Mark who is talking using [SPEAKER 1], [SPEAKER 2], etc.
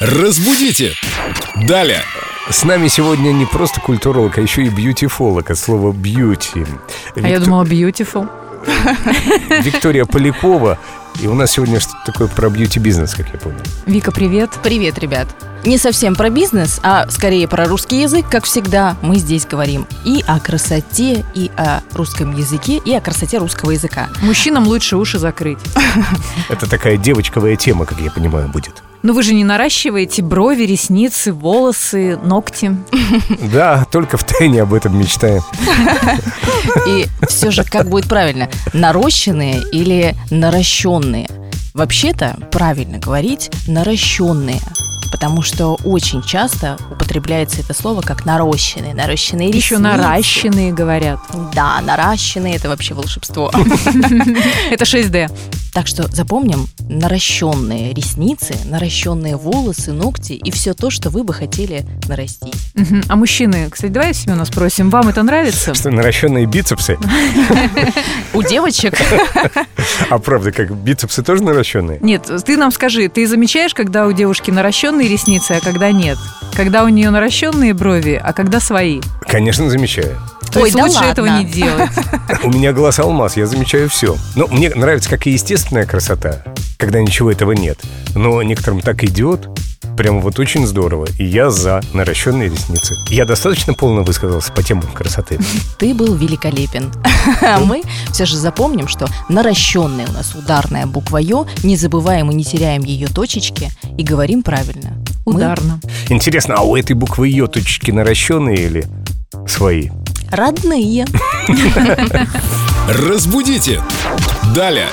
[SPEAKER 1] Разбудите! Далее!
[SPEAKER 2] С нами сегодня не просто культуролог, а еще и бьютифолог от слова «бьюти».
[SPEAKER 3] А я
[SPEAKER 2] Викто-
[SPEAKER 3] думала, beautiful.
[SPEAKER 2] Виктория Полякова. И у нас сегодня что-то такое про бьюти-бизнес, как я понял.
[SPEAKER 3] Вика, привет.
[SPEAKER 4] Привет, ребят! Не совсем про бизнес, а скорее про русский язык, как всегда, мы здесь говорим и о красоте, и о русском языке, и о красоте русского языка.
[SPEAKER 3] Мужчинам лучше уши закрыть.
[SPEAKER 2] Это такая девочковая тема, как я понимаю, будет.
[SPEAKER 3] Но Ну, вы же не наращиваете брови, ресницы, волосы, ногти.
[SPEAKER 2] Да, только в тайне об этом мечтаем.
[SPEAKER 4] И все же, как будет правильно, нарощенные или наращенные? Вообще-то правильно говорить наращенные, потому что очень часто употребляется это слово как нарощенные, наращенные
[SPEAKER 3] Еще
[SPEAKER 4] ресницы.
[SPEAKER 3] наращенные, говорят.
[SPEAKER 4] Да, наращенные – это вообще волшебство.
[SPEAKER 3] Это 6D.
[SPEAKER 4] Так что запомним наращенные ресницы, наращенные волосы, ногти и все то, что вы бы хотели нарастить.
[SPEAKER 3] Мгм. А мужчины, кстати, давай, Семена, спросим, вам это нравится?
[SPEAKER 2] Что наращенные бицепсы.
[SPEAKER 4] У девочек
[SPEAKER 2] А правда, как бицепсы тоже наращенные?
[SPEAKER 3] Нет, ты нам скажи, ты замечаешь, когда у девушки наращенные ресницы, а когда нет? Когда у нее наращенные брови, а когда свои?
[SPEAKER 2] Конечно, замечаю.
[SPEAKER 3] То
[SPEAKER 4] Ой,
[SPEAKER 3] есть
[SPEAKER 4] да
[SPEAKER 3] лучше
[SPEAKER 4] ладно.
[SPEAKER 3] этого не делать.
[SPEAKER 2] У меня глаз алмаз, я замечаю все. Но мне нравится как и естественная красота, когда ничего этого нет. Но некоторым так идет. Прям вот очень здорово. И я за наращенные ресницы. Я достаточно полно высказался по темам красоты.
[SPEAKER 4] ты был великолепен. А мы все же запомним, что наращенная у нас ударная буква Ё, не забываем и не теряем ее точечки и говорим правильно. Мы
[SPEAKER 3] Ударно.
[SPEAKER 2] Интересно, а у этой буквы ее точечки наращенные или свои?
[SPEAKER 4] родные.
[SPEAKER 1] Разбудите! Далее!